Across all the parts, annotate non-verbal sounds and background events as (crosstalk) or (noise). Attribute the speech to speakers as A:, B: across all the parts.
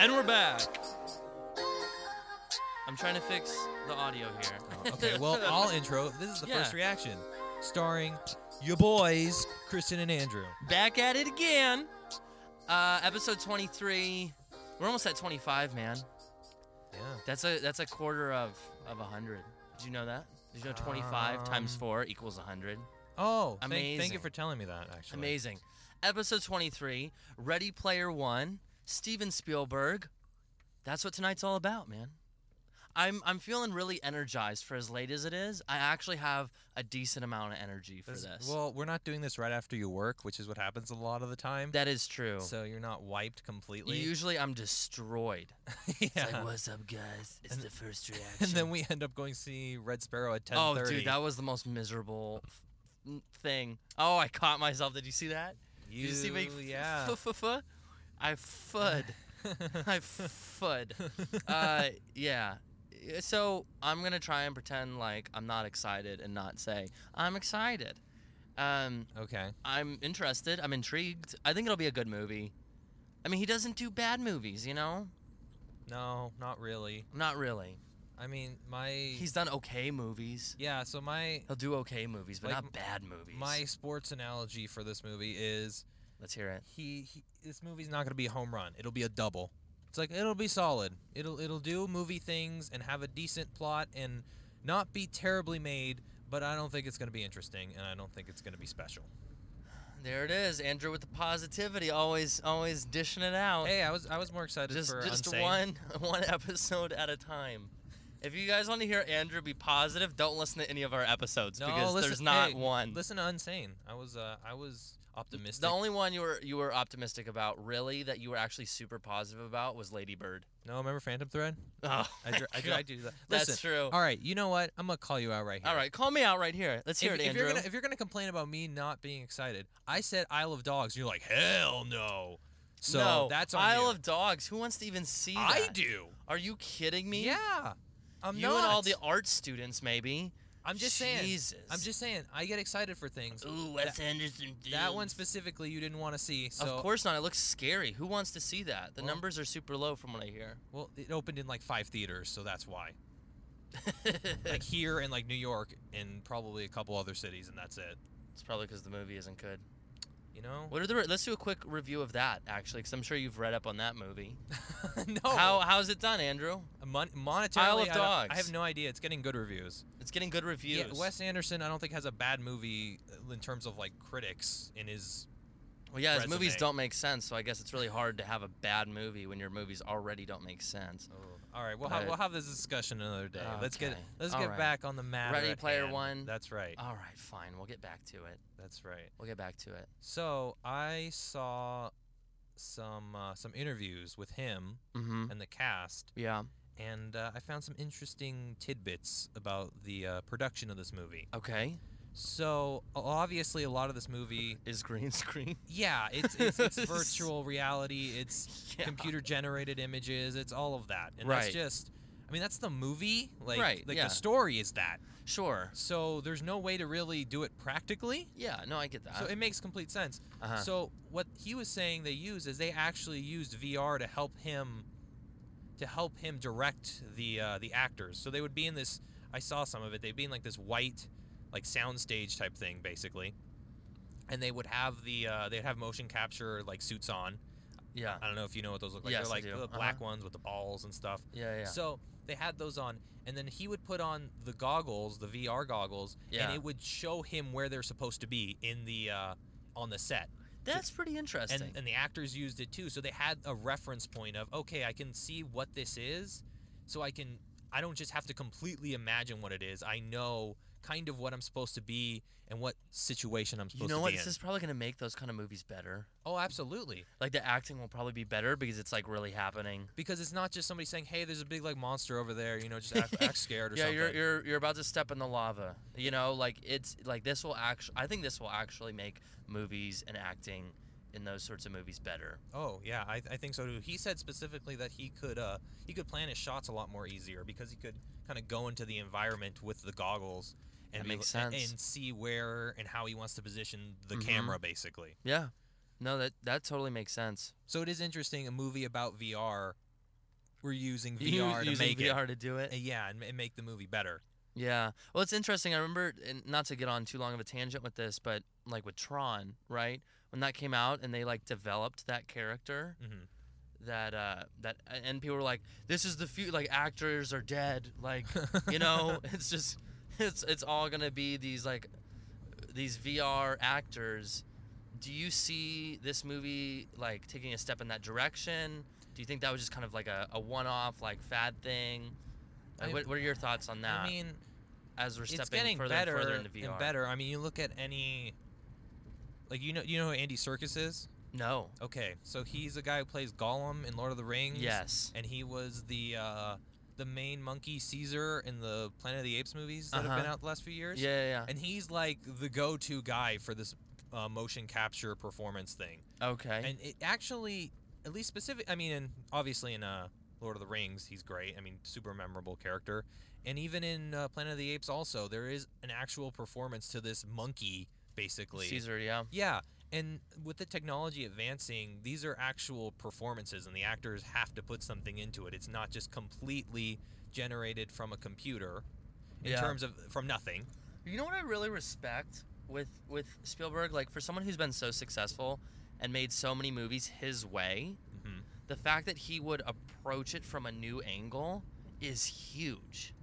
A: And we're back. I'm trying to fix the audio here.
B: Okay, (laughs) well, I'll intro. This is the
A: Yeah.
B: first reaction, starring your boys, Kristen and Andrew.
A: back at it again. Uh, episode 23. We're almost at 25, man.
B: Yeah.
A: That's a that's a quarter of of a hundred. Did you know that? Did you know 25 times
B: Um,
A: four equals 100?
B: Oh, thank, thank
A: Amazing.
B: you for telling me that. Actually,
A: Amazing. Episode 23, Ready Player One, Steven Spielberg. That's what tonight's all about, man. I'm I'm feeling really energized for as late as it is. I actually have a decent amount of energy for
B: This-
A: this.
B: Well, we're not doing this right after you work, which is what happens a lot of the time.
A: that is true.
B: so you're not wiped completely.
A: Usually I'm destroyed. (laughs) It's
B: (laughs) yeah.
A: like, what's up, guys? It's the first reaction.
B: (laughs) and then we end up going to see Red Sparrow at 10:30.
A: Oh, dude, that was the most miserable f- n- thing. Oh, I caught myself. Did you see that?
B: you,
A: Did you see me? f-
B: yeah.
A: f- f- f- I fud.
B: (laughs)
A: (laughs) I fud. Uh, yeah. Y- So I'm gonna try and pretend like I'm not excited and not say I'm excited. Um,
B: okay.
A: I'm interested. I'm intrigued. I think it'll be a good movie. I mean, he doesn't do bad movies, you know?
B: No, not really.
A: Not really.
B: I mean, my
A: He's done okay movies.
B: yeah. So my
A: He'll do okay movies, but
B: Like,
A: not bad movies.
B: my sports analogy for this movie is
A: Let's hear it.
B: he, he this movie's not gonna be a home run. It'll be a double. It's like it'll be solid. It'll it'll do movie things and have a decent plot and not be terribly made. But I don't think it's gonna be interesting, and I don't think it's gonna be special.
A: There it is, Andrew with the positivity, always always dishing it out.
B: Hey, I was I was more excited
A: just
B: for
A: just
B: Unsane.
A: one (laughs) one episode at a time. If you guys want to hear Andrew be positive, don't listen to any of our episodes
B: No,
A: because
B: listen-
A: there's not
B: hey,
A: one.
B: Listen to Unsane. I was uh, I was optimistic.
A: The only one you were you were optimistic about, really, that you were actually super positive about, was Lady Bird. (laughs)
B: no, remember Phantom Thread?
A: Oh,
B: I,
A: my
B: dr-
A: (laughs)
B: I, dr- I
A: God.
B: do that.
A: That's
B: Listen,
A: true.
B: All right, you know what? I'm gonna call you out right here.
A: All right, call me out right here. Let's hear
B: if,
A: it,
B: if
A: Andrew.
B: You're gonna, if you're gonna complain about me not being excited, I said Isle of Dogs. You're like, hell no. So
A: no,
B: that's on
A: Isle
B: you.
A: of Dogs. Who wants to even see that?
B: I do.
A: Are you kidding me?
B: Yeah. I'm
A: you
B: not.
A: and all the art students, maybe.
B: I'm just saying.
A: Jesus.
B: I'm just saying. I get excited for things.
A: Ooh, Wes Anderson.
B: That one specifically, you didn't want to see. So
A: of course not. It looks scary. Who wants to see that? The
B: Well-
A: numbers are super low from what I (laughs) hear.
B: Well, it opened in like five theaters, so that's why. Like here in like New York and probably a couple other cities, and that's it.
A: it's probably because the movie isn't good.
B: You know?
A: What are the? Re- let's do a quick review of that actually, because I'm sure you've read up on that movie.
B: (laughs) no.
A: How how's it done, Andrew?
B: Mon- monetarily,
A: Isle of
B: I, don't- I
A: Dogs.
B: have no idea. It's getting good reviews.
A: It's getting good reviews.
B: Yeah, Wes Anderson, I don't think has a bad movie uh, in terms of like critics in his.
A: well, yeah, his movies
B: resume.
A: don't make sense, so I guess it's really hard to have a bad movie when your movies already don't make sense.
B: All right, we'll, ha-
A: But-
B: we'll have this discussion another day. Let's
A: Oh.
B: get
A: Okay.
B: let's
A: All
B: get
A: right.
B: back on the matter.
A: Ready
B: at
A: Player
B: hand.
A: One. Uh.
B: That's right.
A: All right, fine. We'll get back to it.
B: That's right.
A: We'll get back to it.
B: So I saw some uh, some interviews with him
A: Mm-hmm.
B: and the cast,
A: Yeah.
B: and uh, I found some interesting tidbits about the uh, production of this movie.
A: Okay.
B: So o- obviously, a lot of
A: (laughs)
B: this movie,
A: Is green screen?
B: yeah, it's
A: (laughs)
B: it's, it's virtual reality. It's
A: Yeah.
B: computer generated images. It's all of that. And
A: Right.
B: that's just I mean that's the movie. Like
A: Right,
B: like
A: yeah.
B: the story is that.
A: Sure.
B: So there's no way to really do it practically.
A: Yeah. No, I get that.
B: So it makes complete sense.
A: uh-huh.
B: So what he was saying they use is they actually used VR to help him to help him direct the uh, the actors. So they would be in this I saw some of it. They'd be in like this white like soundstage type thing basically. And they would have the uh, they'd have motion capture like suits on.
A: yeah.
B: I don't know if you know what those look like.
A: Yes, I
B: They're like
A: do.
B: the
A: Uh-huh.
B: black ones with the balls and stuff.
A: Yeah. Yeah.
B: So they had those on, and then he would put on the goggles, the VR goggles,
A: Yeah.
B: and it would show him where they're supposed to be in the uh, on the set.
A: That's pretty interesting.
B: And, and the actors used it too, so they had a reference point of okay, I can see what this is, so I can I don't just have to completely imagine what it is. I know kind of what I'm supposed to be and what situation I'm
A: you
B: supposed
A: know
B: to
A: what?
B: be
A: This
B: in.
A: is probably going to make those kind of movies better.
B: Oh, absolutely.
A: Like the acting will probably be better because it's like really happening.
B: Because it's not just somebody saying, "Hey, there's a big like monster over there," you know,
A: (laughs)
B: just act, act scared or
A: yeah,
B: something.
A: you're you're you're about to step in the lava. You know, like it's like this will actually. I think this will actually make movies and acting in those sorts of movies better.
B: Oh yeah, I, I think so too. He said specifically that he could uh he could plan his shots a lot more easier because he could kind of go into the environment with the goggles and
A: That
B: be
A: makes
B: l- a-
A: sense.
B: and see where and how he wants to position the
A: Mhm.
B: camera basically.
A: Yeah. No, that that totally makes sense.
B: So it is interesting a movie about VR we're using
A: You-
B: VR to
A: using
B: make
A: VR
B: it.
A: to do it.
B: Uh, Yeah, and, ma- and make the movie better.
A: Yeah. Well, it's interesting. I remember, and not to get on too long of a tangent with this, but like with Tron, right? When that came out and they like developed that character,
B: hmm
A: that uh that and people were like, "This is the few like actors are dead." Like, you
B: (laughs)
A: know, it's just it's it's all gonna be these like these VR actors. Do you see this movie like taking a step in that direction? Do you think that was just kind of like a, a one off like fad thing? Like,
B: I-
A: what, what are your thoughts on that?
B: I mean,
A: as we're stepping
B: it's getting
A: further
B: better
A: and further into VR.
B: and better. I mean, you look at any like you know you know who Andy Circus is?
A: No.
B: Okay, so he's a guy who plays Gollum in Lord of the Rings.
A: Yes.
B: and he was the uh, the main monkey Caesar in the Planet of the Apes movies that have been
A: Uh-huh.
B: out the last few years.
A: Yeah, yeah,
B: and he's like the go-to guy for this uh, motion capture performance thing.
A: yeah. Okay.
B: And it actually, at least specific, I mean, and obviously in uh, Lord of the Rings, he's great. I mean, super memorable character. And even in uh, Planet of the Apes, also there is an actual performance to this monkey, basically.
A: Caesar, yeah.
B: Yeah, and with the technology advancing, these are actual performances, and the actors have to put something into it. It's not just completely generated from a computer in
A: Yeah.
B: terms of from nothing.
A: You know what I really respect with with Spielberg, like for someone who's been so successful and made so many movies his way,
B: hmm
A: the fact that he would approach it from a new angle is huge.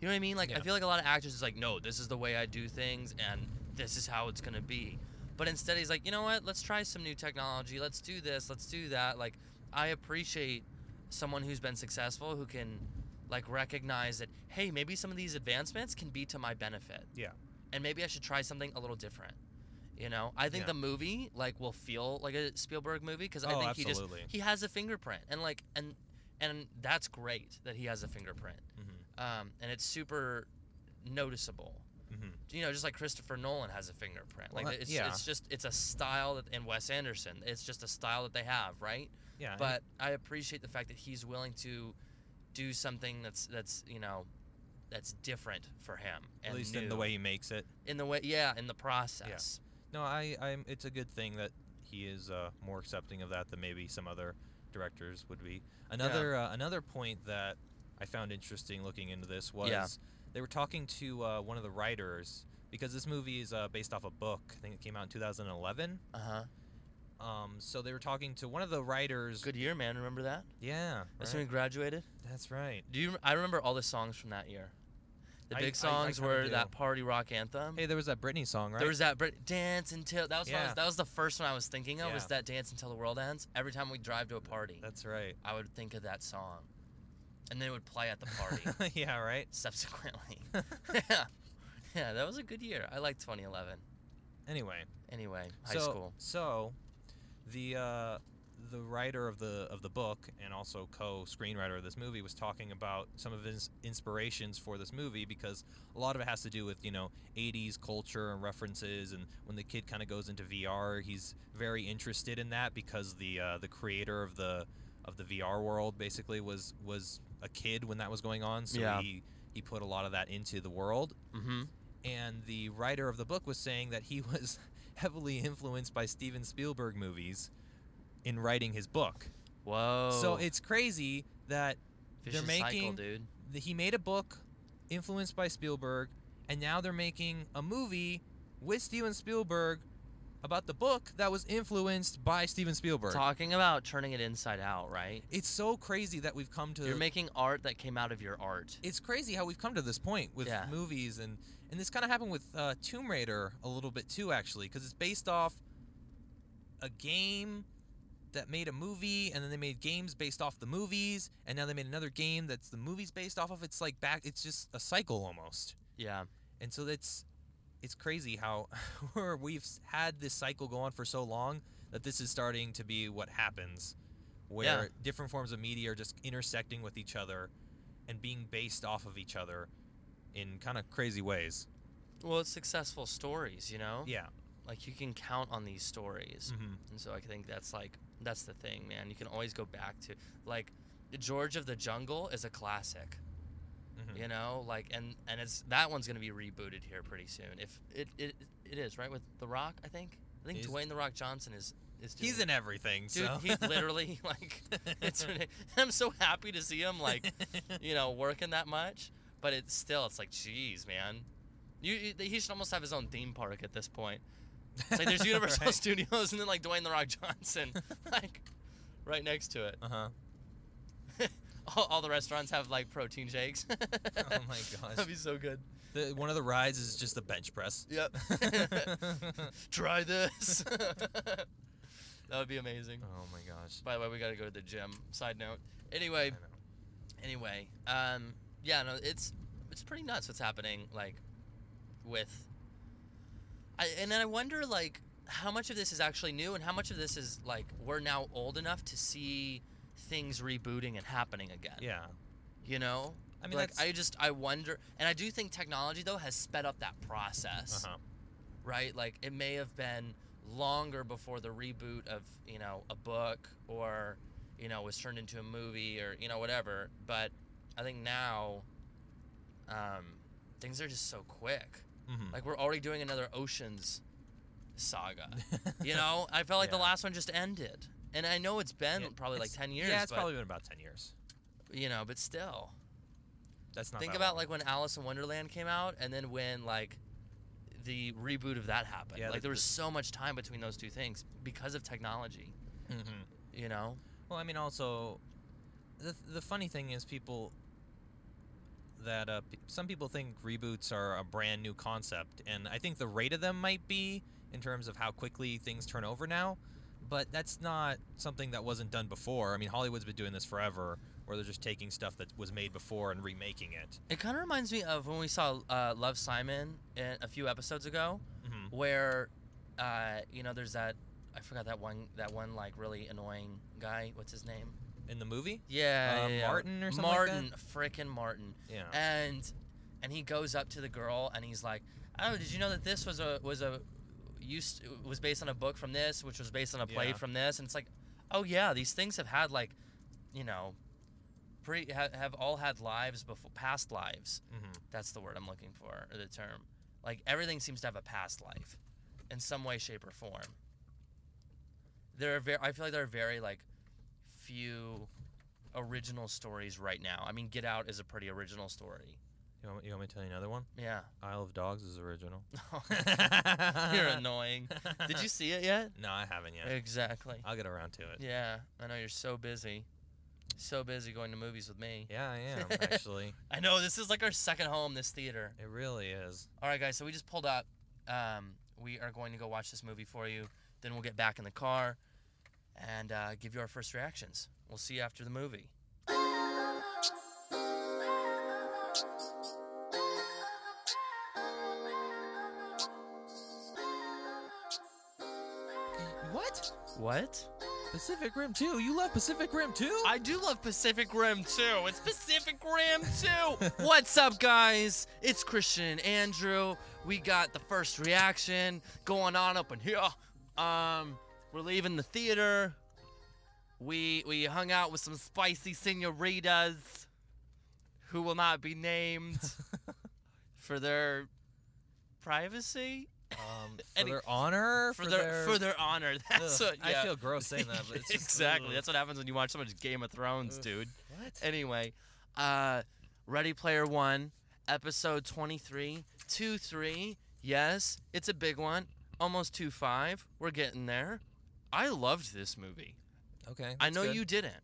A: You know what I mean? Like I
B: Yeah.
A: feel like a lot of actors is like, no, this is the way I do things, and this is how it's gonna be. But instead, he's like, you know what? Let's try some new technology. Let's do this. Let's do that. Like I appreciate someone who's been successful who can like recognize that hey maybe some of these advancements can be to my benefit
B: Yeah.
A: and maybe i should try something a little different you know i think
B: Yeah.
A: the movie like will feel like a spielberg movie because i
B: oh,
A: think he just
B: absolutely.
A: he has a fingerprint and like and and that's great that he has a fingerprint
B: hmm
A: um and it's super noticeable
B: hmm
A: you know just like christopher nolan has a fingerprint like
B: Well,
A: it's,
B: yeah.
A: it's just it's a style that and wes anderson it's just a style that they have right
B: Yeah, and-
A: but i appreciate the fact that he's willing to do something that's that's you know that's different for him and
B: at least in the
A: new.
B: way he makes it.
A: in the way yeah in the process
B: No, I, I'm. It's a good thing that he is uh, more accepting of that than maybe some other directors would be. Another uh, another point that I found interesting looking into this was
A: Yeah.
B: they were talking to uh, one of the writers because this movie is uh, based off a book. I think it came out in 2011.
A: uh-huh
B: Um, so they were talking to one of the writers.
A: good year man remember that
B: Yeah,
A: that's
B: right.
A: when we graduated
B: that's right.
A: Do you? I remember all the songs from that year. The
B: I- I- I
A: big songs
B: kinda
A: were
B: do.
A: that party rock anthem.
B: Hey, there was that Britney song, right?
A: There was that Brit- dance until that was, what I was
B: Yeah.
A: that was the first one I was thinking of was
B: Yeah.
A: that dance until the world ends. Every time we drive to a party,
B: that's right.
A: I would think of that song, and then it would play at the party
B: (laughs) yeah, right.
A: subsequently.
B: (laughs)
A: (laughs) yeah, yeah, that was a good year. I liked 2011.
B: Anyway,
A: Anyway, high
B: so,
A: school.
B: So, the uh, the writer of the of the book and also co-screenwriter of this movie was talking about some of his inspirations for this movie because a lot of it has to do with you know 80s culture and references and when the kid kind of goes into VR he's very interested in that because the uh, the creator of the of the VR world basically was was a kid when that was going on so
A: Yeah.
B: he he put a lot of that into the world
A: Mm-hmm.
B: and the writer of the book was saying that he (laughs) was heavily influenced by Steven Spielberg movies in writing his book.
A: Whoa.
B: So it's crazy that
A: Vicious cycle,
B: making-
A: dude.
B: th- he made a book influenced by Spielberg, and now they're making a movie with Steven Spielberg about the book that was influenced by Steven Spielberg.
A: Talking about turning it inside out, right?
B: It's so crazy that we've come to
A: You're making art that came out of your art.
B: it's crazy how we've come to this point with
A: Yeah.
B: movies and and this kind of happened with uh, Tomb Raider a little bit too actually because it's based off a game that made a movie and then they made games based off the movies and now they made another game that's the movies based off of it's like back it's just a cycle almost
A: Yeah.
B: and so that's it's crazy how (laughs) where we've s- had this cycle go on for so long that this is starting to be what happens where
A: Yeah.
B: different forms of media are just intersecting with each other and being based off of each other in kind of crazy ways.
A: Well, it's successful stories, you know?
B: Yeah.
A: Like you can count on these stories.
B: hmm
A: And so I think that's like that's the thing, man. You can always go back to like George of the Jungle is a classic.
B: Mhm.
A: you know like and and it's that one's gonna be rebooted here pretty soon if it it, it is right with the rock i think i think
B: He's-
A: dwayne the rock johnson is is doing
B: He's in everything,
A: dude
B: so.
A: he
B: (laughs)
A: literally (laughs) like it's ridic- (laughs) i'm so happy to see him
B: (laughs)
A: like you know working that much but it's still it's like jeez man you, you he should almost have his own theme park at this point it's like there's universal (laughs)
B: (laughs) Right.
A: studios and then like dwayne the rock johnson (laughs) like right next to it
B: Uh-huh.
A: all, all the restaurants have like protein shakes (laughs)
B: Oh my gosh.
A: that'd be so
B: (laughs)
A: good
B: The, one of the rides is just the bench press.
A: Yep. (laughs)
B: oh my
A: Try this. (laughs) that would be amazing.
B: Oh gosh.
A: By the way, we gotta go to the gym. Side note.
B: I
A: Anyway,
B: know.
A: anyway, um, yeah, no, it's it's pretty nuts what's happening, like, with. I and then I wonder like how much of this is actually new and how much of this is like we're now old enough to see things rebooting and happening again.
B: Yeah.
A: You know.
B: I mean,
A: like
B: that's-
A: I just I wonder, and I do think technology though has sped up that process
B: Uh-huh.
A: right? Like it may have been longer before the reboot of, you know, a book or, you know, was turned into a movie or, you know, whatever. But I think now um, things are just so quick.
B: Mhm.
A: Like we're already doing another Oceans saga.
B: (laughs) Mm-hmm.
A: you know, I felt like the
B: Yeah.
A: last one just ended. And I know it's been
B: Yeah,
A: probably like
B: it's-
A: 10 years,
B: Yeah, it's
A: but,
B: probably been about 10 years.
A: you know, but still.
B: That's not
A: Think
B: that
A: about
B: long.
A: like when Alice in Wonderland came out, and then when like the reboot of that happened.
B: Yeah,
A: like
B: the-
A: there was
B: the-
A: so much time between those two things because of technology.
B: Mhm.
A: You know?
B: Well, I mean, also, the the funny thing is people that uh, p- some people think reboots are a brand new concept, and I think the rate of them might be in terms of how quickly things turn over now. But that's not something that wasn't done before. I mean, Hollywood's been doing this forever, where they're just taking stuff that was made before and remaking it.
A: It kind of reminds me of when we saw uh, Love Simon in, a few episodes ago,
B: hmm
A: where uh, you know there's that I forgot that one that one like really annoying guy. What's his name?
B: In the movie,
A: Yeah,
B: Uh,
A: yeah, yeah.
B: Martin or something like that?
A: Martin, frickin' Martin.
B: yeah,
A: and and he goes up to the girl and he's like, "Oh, did you know that this was a was a used was based on a book from this, which was based on a play
B: Yeah.
A: from this?" And it's like, "Oh yeah, these things have had like, you know, pre ha- have all had lives before past lives.
B: hmm
A: That's the word I'm looking for or the term. Like everything seems to have a past life, in some way, shape, or form. There are very I feel like there are very like few original stories right now. I mean, Get Out is a pretty original story.
B: You, want, you want me to tell you another one?
A: Yeah. (laughs)
B: Isle of Dogs is original. (laughs)
A: You're annoying. Did you see it
B: (laughs)
A: yet?
B: No, I haven't yet.
A: Exactly.
B: I'll get around to it.
A: Yeah, I know you're so busy. So busy going to movies with me.
B: Yeah, I (laughs) am actually.
A: I know this is like our second home, this theater.
B: It really is.
A: All right, guys, so we just pulled up. Um, we are going to go watch this movie for you. Then we'll get back in the car and uh, give you our first reactions. We'll see you after the movie.
B: What?
A: What?
B: Pacific Rim 2? You love Pacific Rim 2?
A: I do love Pacific Rim 2. It's Pacific Rim 2.
B: (laughs)
A: What's up, guys? It's Christian and Andrew. We got the first reaction going on up in here. Um, we're leaving the theater. We we hung out with some spicy senoritas who will not be named
B: (laughs)
A: for their privacy.
B: (laughs) um, for
A: Any-
B: their honor?
A: For, their, for their honor. (laughs) That's
B: Ugh,
A: what yeah.
B: I feel gross saying that, but it's
A: (laughs)
B: just,
A: exactly.
B: ugh.
A: That's what happens when you watch so much Game of Thrones,
B: Ugh.
A: dude.
B: What?
A: Anyway, uh, Ready Player One, episode 23, 2 3. Yes, it's a big one. Almost 2 5. We're getting there. I loved this movie.
B: Okay.
A: I
B: that's
A: know
B: good.
A: you didn't.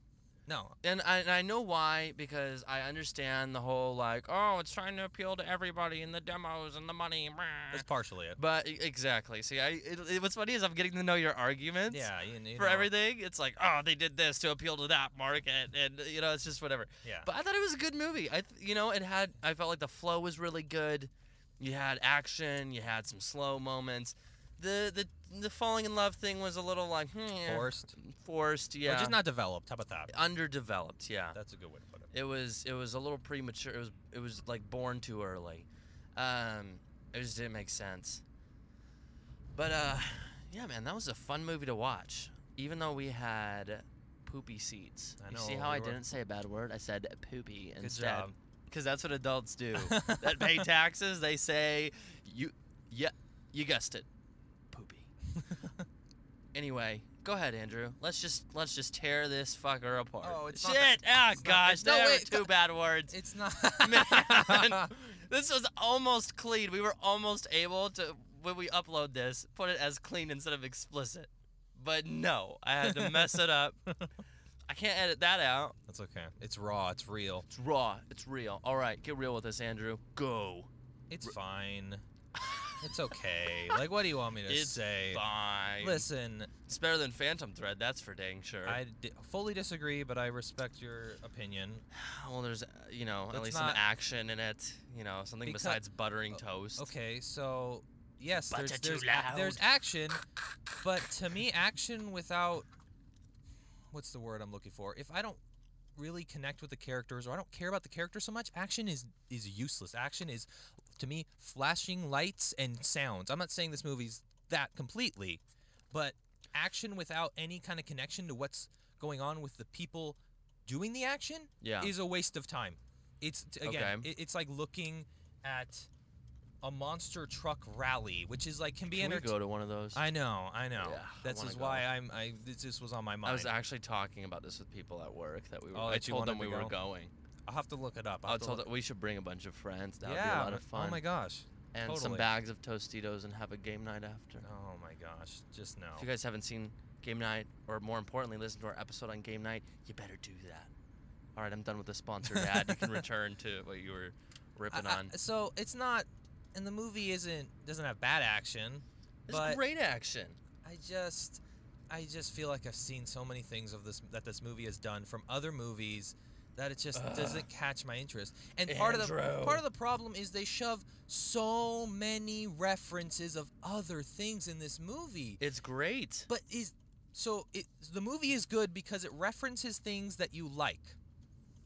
B: No.
A: And I, and I know why, because I understand the whole like, oh, it's trying to appeal to everybody and the demos and the money.
B: (laughs) That's partially it.
A: But e- exactly. See, I it, it- what's funny is I'm getting to know your arguments
B: yeah. You, you
A: for
B: know,
A: everything. It's like, oh, they did this to appeal to that market, and you know, it's just whatever.
B: Yeah.
A: But I thought it was a good movie. I, th- you know, it had. I felt like the flow was really good. You had action. You had some slow moments. The the the falling in love thing was a little like hmm,
B: Forced.
A: forced,
B: Or
A: yeah,
B: just not developed. How about that?
A: underdeveloped, yeah.
B: That's a good way to put it.
A: It was it was a little premature. It was it was like born too early. Um, it just didn't make sense. But uh, yeah, man, that was a fun movie to watch. Even though we had poopy seats.
B: I
A: you see
B: know,
A: how
B: we
A: I
B: were-
A: didn't say a bad word? I said poopy
B: Good
A: instead.
B: job.
A: because that's what adults do
B: (laughs)
A: that pay taxes. They say, "You, yeah, you guessed it, poopy." (laughs) anyway, go ahead, Andrew. Let's just let's just tear this fucker apart.
B: Oh, it's
A: shit!
B: not that-
A: ah,
B: it's not-
A: gosh,
B: it's- no,
A: there were
B: wait,
A: two bad
B: (laughs)
A: words. (laughs)
B: It's not.
A: Man, this was almost clean. We were almost able to, when we upload this, put it as clean instead of explicit. But no, I had to mess it
B: (laughs)
A: up. I can't edit that out.
B: That's okay. It's raw. It's real.
A: It's raw. It's real. All right, get real with us, Andrew. Go.
B: It's (laughs) fine. It's okay. Like, what do you want me to
A: It's
B: say?
A: Fine.
B: Listen,
A: It's better than Phantom Thread, that's for dang sure.
B: I di- fully disagree, but I respect your opinion.
A: well, there's, uh, you know, at
B: Let's
A: least some
B: not-
A: action in it. You know, something
B: Because-
A: besides buttering
B: o-
A: toast.
B: Okay, so yes,
A: Butter
B: there's
A: too
B: there's, a- there's
A: loud. (laughs)
B: action, but to me, action without what's the word I'm looking for? If I don't really connect with the characters or I don't care about the character so much, action is is useless. Action is to me flashing lights and sounds. I'm not saying this movie's that completely, but action without any kind of connection to what's going on with the people doing the action
A: Yeah.
B: is a waste of time. It's t- again, it, it's like looking at a monster truck rally, which is like can be
A: Can we
B: entertaining.
A: go to one of those?
B: I know, I know.
A: Yeah, I
B: That's
A: wanna
B: is
A: go.
B: why I'm. I this just was on my mind.
A: I was actually talking about this with people at work that we were.
B: Oh,
A: I
B: that you
A: told
B: wanted
A: them we
B: to
A: were
B: go?
A: going.
B: I'll have to look it up. I'll
A: I
B: have to
A: told
B: look-
A: them we should bring a bunch of friends. That would
B: yeah.
A: be a lot of fun.
B: Oh my gosh.
A: and some
B: totally.
A: bags of Tostitos and have a game night after.
B: Oh my gosh. Just no.
A: If you guys haven't seen Game Night, or more importantly, listen to our episode on Game Night, you better do that. All right, I'm done with the
B: (laughs)
A: sponsored ad. You can return to what you were
B: I-
A: ripping
B: I-
A: on.
B: so it's not, and the movie isn't doesn't have bad action, but
A: It's great action.
B: I just I just feel like I've seen so many things of this that this movie has done from other movies that it just
A: Ugh.
B: doesn't catch my interest. And part of the
A: Andrew.
B: part of the problem is they shove so many references of other things in this movie.
A: It's great.
B: But is so it the movie is good because it references things that you like.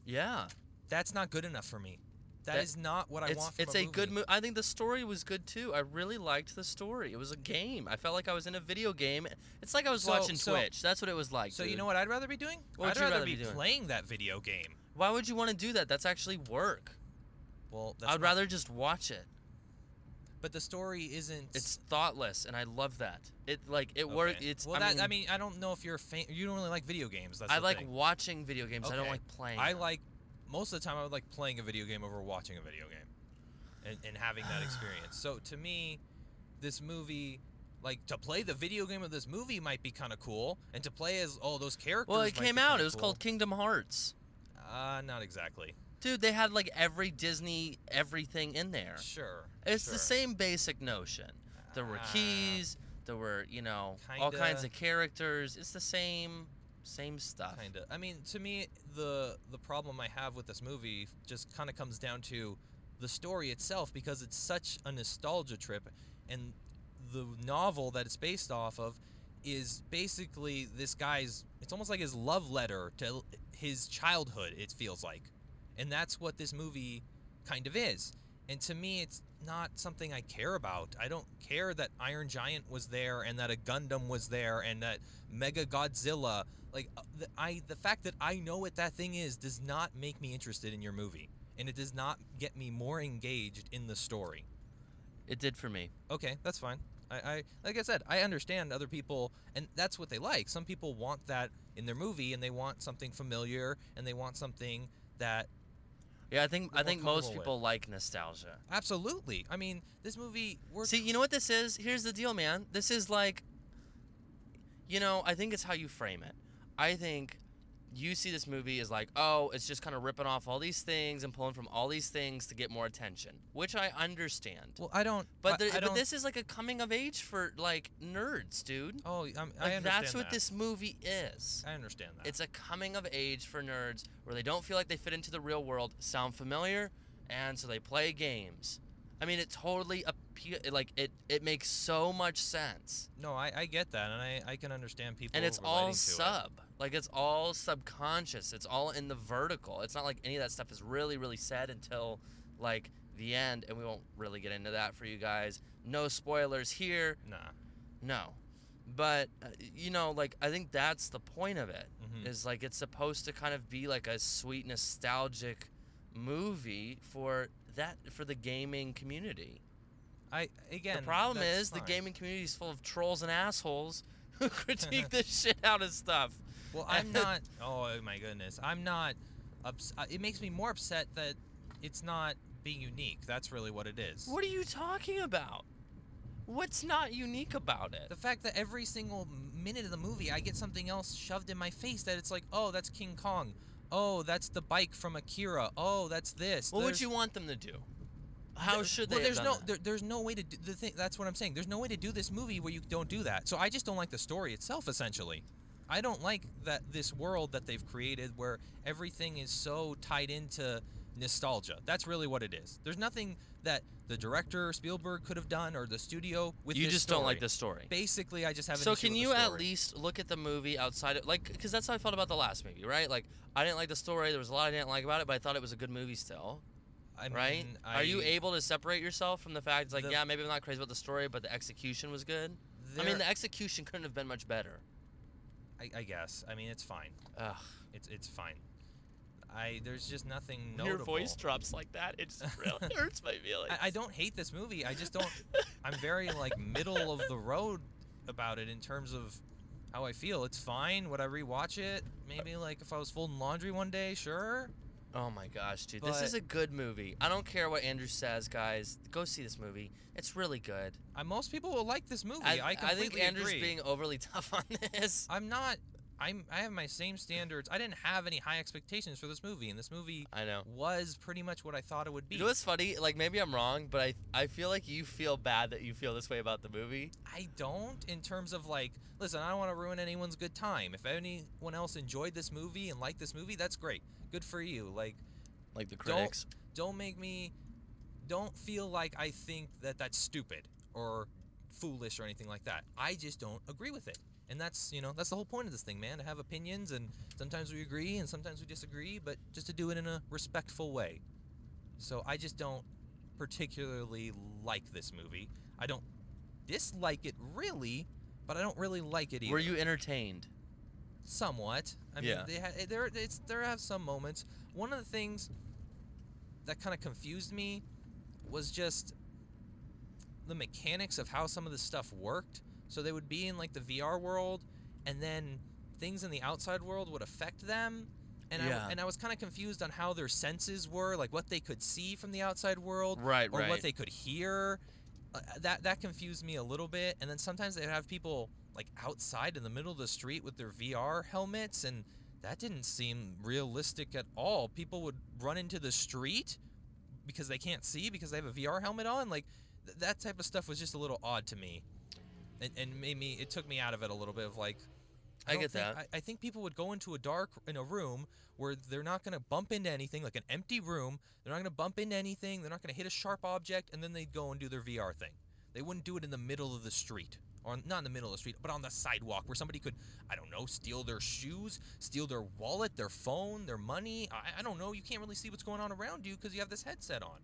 A: Yeah.
B: That's not good enough for me.
A: That-
B: that is not what I
A: it's
B: want from
A: it's
B: a,
A: a good
B: movie.
A: movie. I think the story was good too. I really liked the story. It was a game. I felt like I was in a video game. It's like I was
B: So-
A: watching
B: so-
A: Twitch. That's what it was like.
B: So you
A: dude.
B: know what I'd rather be doing?
A: What would
B: I'd
A: you rather
B: be
A: be doing?
B: playing that video game.
A: Why would you want to do that? That's actually work.
B: Well, that's
A: I'd
B: not-
A: rather just watch it.
B: But the story isn't.
A: It's thoughtless, and I love that. It like it work.
B: Okay.
A: It's
B: well,
A: I,
B: that,
A: mean,
B: I mean, I don't know if you're a fan. You don't really like video games. That's
A: I
B: the
A: like
B: thing.
A: watching video games. I don't
B: Okay.
A: like playing.
B: I
A: them.
B: like most of the time. I would like playing a video game over watching a video game, and, and having that experience. So to me, this movie, like to play the video game of this movie might be kind of cool, and to play as all those characters.
A: Well,
B: might
A: it
B: be
A: came out.
B: kinda
A: It was
B: cool.
A: called Kingdom Hearts.
B: Uh, not exactly.
A: Dude, they had like every Disney everything in there.
B: Sure.
A: It's
B: sure.
A: the same basic notion. There were
B: Ah,
A: keys. There were you know all kinds
B: kinda.
A: of characters. It's the same same stuff.
B: kind of i mean to me the the problem i have with this movie just kind of comes down to the story itself because it's such a nostalgia trip and the novel that it's based off of is basically this guy's it's almost like his love letter to l- his childhood it feels like and that's what this movie kind of is and to me it's not something i care about i don't care that iron giant was there and that a gundam was there and that mega godzilla like uh, the, I the fact that I know what that thing is does not make me interested in your movie, and it does not get me more engaged in the story.
A: It did for me.
B: Okay, that's fine. I, I like I said, I understand other people, and that's what they like. Some people want that in their movie, and they want something familiar, and they want something that
A: Yeah, I think
B: You're
A: I
B: more
A: think most
B: comfortable with.
A: people like nostalgia.
B: absolutely. I mean, this movie. We're
A: See, you know what this is? Here's the deal, man. This is like, you know, I think it's how you frame it. I think you see this movie as like, oh, it's just kind of ripping off all these things and pulling from all these things to get more attention, which I understand.
B: well, I don't.
A: but
B: I-
A: there,
B: I
A: but
B: don't-
A: this is like a coming of age for like nerds, dude.
B: Oh, I'm, I
A: Like
B: understand
A: that's what
B: that.
A: this movie is.
B: I understand that.
A: It's a coming of age for nerds where they don't feel like they fit into the real world, sound familiar, and so they play games. I mean, it totally appeal like it. It makes so much sense,
B: no, I, I get that, and I, I can understand people.
A: and it's
B: relating
A: all
B: to it.
A: sub. Like it's all subconscious. It's all in the vertical. It's not like any of that stuff is really, really said until like the end, and we won't really get into that for you guys. No spoilers here.
B: Nah.
A: No. But uh, you know, like I think that's the point of it.
B: Mhm.
A: Is like it's supposed to kind of be like a sweet nostalgic movie for that for the gaming community.
B: I again.
A: the problem
B: that's
A: is
B: fine.
A: the gaming community is full of trolls and assholes (laughs)
B: (laughs)
A: who critique the shit out of stuff.
B: Well,
A: (laughs)
B: I'm not. Oh my goodness, I'm not. Ups- uh, it makes me more upset that it's not being unique. That's really what it is.
A: What are you talking about? What's not unique about it?
B: The fact that every single minute of the movie, I get something else shoved in my face that it's like, oh, that's King Kong. Oh, that's the bike from Akira. Oh, that's this.
A: What would
B: There's-
A: you want them to do? How
B: there-
A: should they?
B: Well,
A: have
B: there's
A: done
B: no,
A: that?
B: There, there's no way to do the thing. That's what I'm saying. There's no way to do this movie where you don't do that. So I just don't like the story itself. Essentially, I don't like that this world that they've created where everything is so tied into nostalgia. That's really what it is. There's nothing that the director Spielberg could have done or the studio with.
A: you
B: this
A: just don't like
B: story.
A: the story.
B: Basically, I just have. An
A: So
B: issue
A: can
B: with the
A: you at
B: story.
A: least look at the movie outside of like because that's how I felt about the last movie, right? Like I didn't like the story. There was a lot I didn't like about it, but I thought it was a good movie still,
B: I
A: right?
B: mean,
A: Are you
B: I-
A: able to separate yourself from the fact it's like
B: The-
A: yeah, maybe I'm not crazy about the story, but the execution was good. I
B: there-
A: mean, the execution couldn't have been much better.
B: I, I guess. I mean, it's fine.
A: Ugh.
B: It's it's fine. I there's just nothing
A: When
B: notable.
A: drops like that. It just (laughs) hurts my feelings.
B: I, I don't hate this movie. I just don't. I'm very like middle of the road about it in terms of how I feel. It's fine. Would I rewatch it? Maybe like if I was folding laundry one day, sure.
A: Oh my gosh, dude. this is
B: But-
A: a good movie. I don't care what Andrew says, guys. Go see this movie. It's really good.
B: I, most people will like this movie. I, completely
A: think Andrew's
B: agree.
A: being overly (laughs) tough on this.
B: I'm not. I'm. I have my same standards. I didn't have any high expectations for this movie, and this movie
A: I know.
B: was pretty much what I thought it would be.
A: You know what's funny? Like maybe I'm wrong, but I I feel like you feel bad that you feel this way about the movie.
B: I don't in terms of like listen, I don't want to ruin anyone's good time. If anyone else enjoyed this movie and liked this movie, that's great. Good for you. Like
A: Like the
B: Don't-
A: critics.
B: don't make me don't feel like I think that that's stupid or foolish or anything like that. I just don't agree with it. And that's, you know, that's the whole point of this thing, man, to have opinions and sometimes we agree and sometimes we disagree, but just to do it in a respectful way. So I just don't particularly like this movie. I don't dislike it really, but I don't really like it either
A: Were you entertained?
B: somewhat. I mean,
A: Yeah.
B: they ha- eh, there it's there have some moments. One of the things that kind of confused me was just the mechanics of how some of this stuff worked. So they would be in like the VR world, and then things in the outside world would affect them. And
A: Yeah.
B: I and I was kind of confused on how their senses were, like what they could see from the outside world,
A: Right,
B: or what they could hear. Uh, that that confused me a little bit. And then sometimes they'd have people like outside in the middle of the street with their VR helmets, and that didn't seem realistic at all. People would run into the street because they can't see because they have a VR helmet on. Like th- that type of stuff was just a little odd to me, and, and made me it took me out of it a little bit of like.
A: I
B: don't
A: get
B: think-
A: that.
B: I, I think people would go into a dark in a room where they're not going to bump into anything, like an empty room. They're not going to bump into anything. They're not going to hit a sharp object, and then they'd go and do their VR thing. They wouldn't do it in the middle of the street, or not in the middle of the street, but on the sidewalk where somebody could, I don't know, steal their shoes, steal their wallet, their phone, their money. I, I don't know. You can't really see what's going on around you because you have this headset on.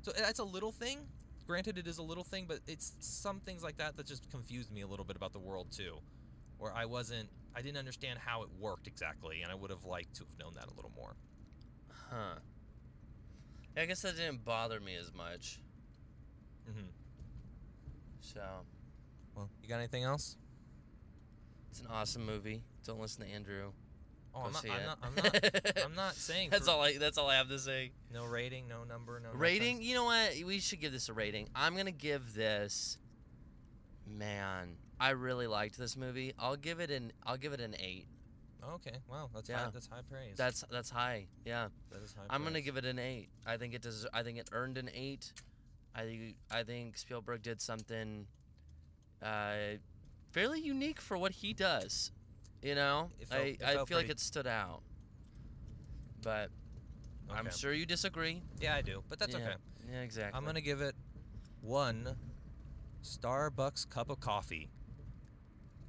B: So eh, that's a little thing. Granted, it is a little thing, but it's some things like that that just confused me a little bit about the world too, where I wasn't, I didn't understand how it worked exactly, and I would have liked to have known that a little more.
A: Huh. Yeah, I guess that didn't bother me as much. Mm-hmm.
B: hmm
A: So
B: Well, you got anything else?
A: it's an awesome movie. Don't listen to Andrew.
B: Oh,
A: Go
B: I'm, not,
A: see
B: I'm,
A: it.
B: not,
A: (laughs)
B: I'm not. I'm not saying
A: that's
B: for-
A: all. I that's all I have to say.
B: No rating, no number, no. nothing.
A: Rating? You know what? We should give this a rating. I'm gonna give this. Man, I really liked this movie. I'll give it an. I'll give it an eight.
B: Okay. Wow. That's
A: Yeah.
B: high, that's high praise.
A: That's that's high. Yeah,
B: that is high.
A: I'm gonna
B: praise.
A: give it an eight. I think it does. I think it earned an eight. I think I think Spielberg did something, uh, fairly unique for what he does. You know,
B: It felt-
A: I
B: it
A: I feel
B: felt
A: like
B: pretty-
A: it stood out. But I'm
B: Okay.
A: sure you disagree.
B: Yeah, I do, but that's
A: Yeah.
B: okay.
A: Yeah, exactly.
B: I'm gonna give it one Starbucks cup of coffee.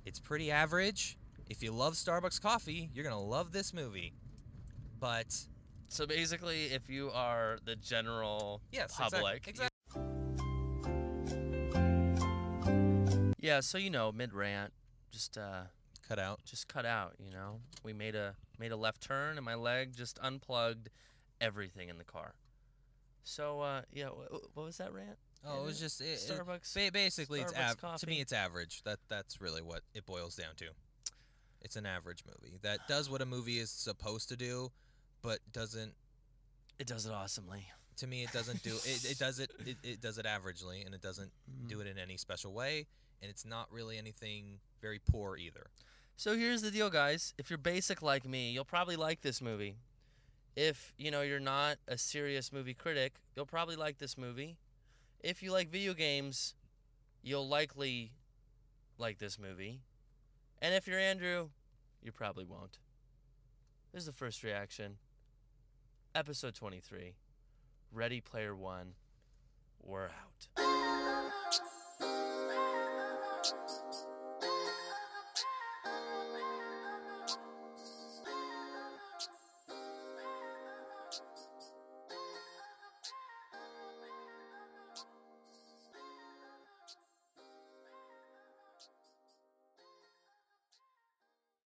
B: It's pretty average. If you love Starbucks coffee, you're gonna love this movie. But
A: So basically, if you are the general
B: yes, exac-
A: public, you-
B: exactly.
A: yeah. So you know, mid rant, just uh,
B: Cut out.
A: just cut out. You know, we made a made a left turn, and my leg just unplugged everything in the car. So uh, yeah, wh- wh- what was that rant?
B: Oh, it was
A: Yeah.
B: just it, it-
A: Starbucks.
B: ba- basically it's
A: Starbucks
B: av- to
A: coffee.
B: me it's average. That that's really what it boils down to. It's an average movie that does what a movie is supposed to do, but doesn't.
A: It does it awesomely.
B: To me, it doesn't do it. It does it. It, it does it averagely, and it doesn't
A: Mm.
B: do it in any special way. And it's not really anything very poor either.
A: So here's the deal, guys. If you're basic like me, you'll probably like this movie. If you know you're not a serious movie critic, you'll probably like this movie. If you like video games, you'll likely like this movie. And if you're Andrew, you probably won't. This is the first reaction. Episode 23. Ready Player One. We're out.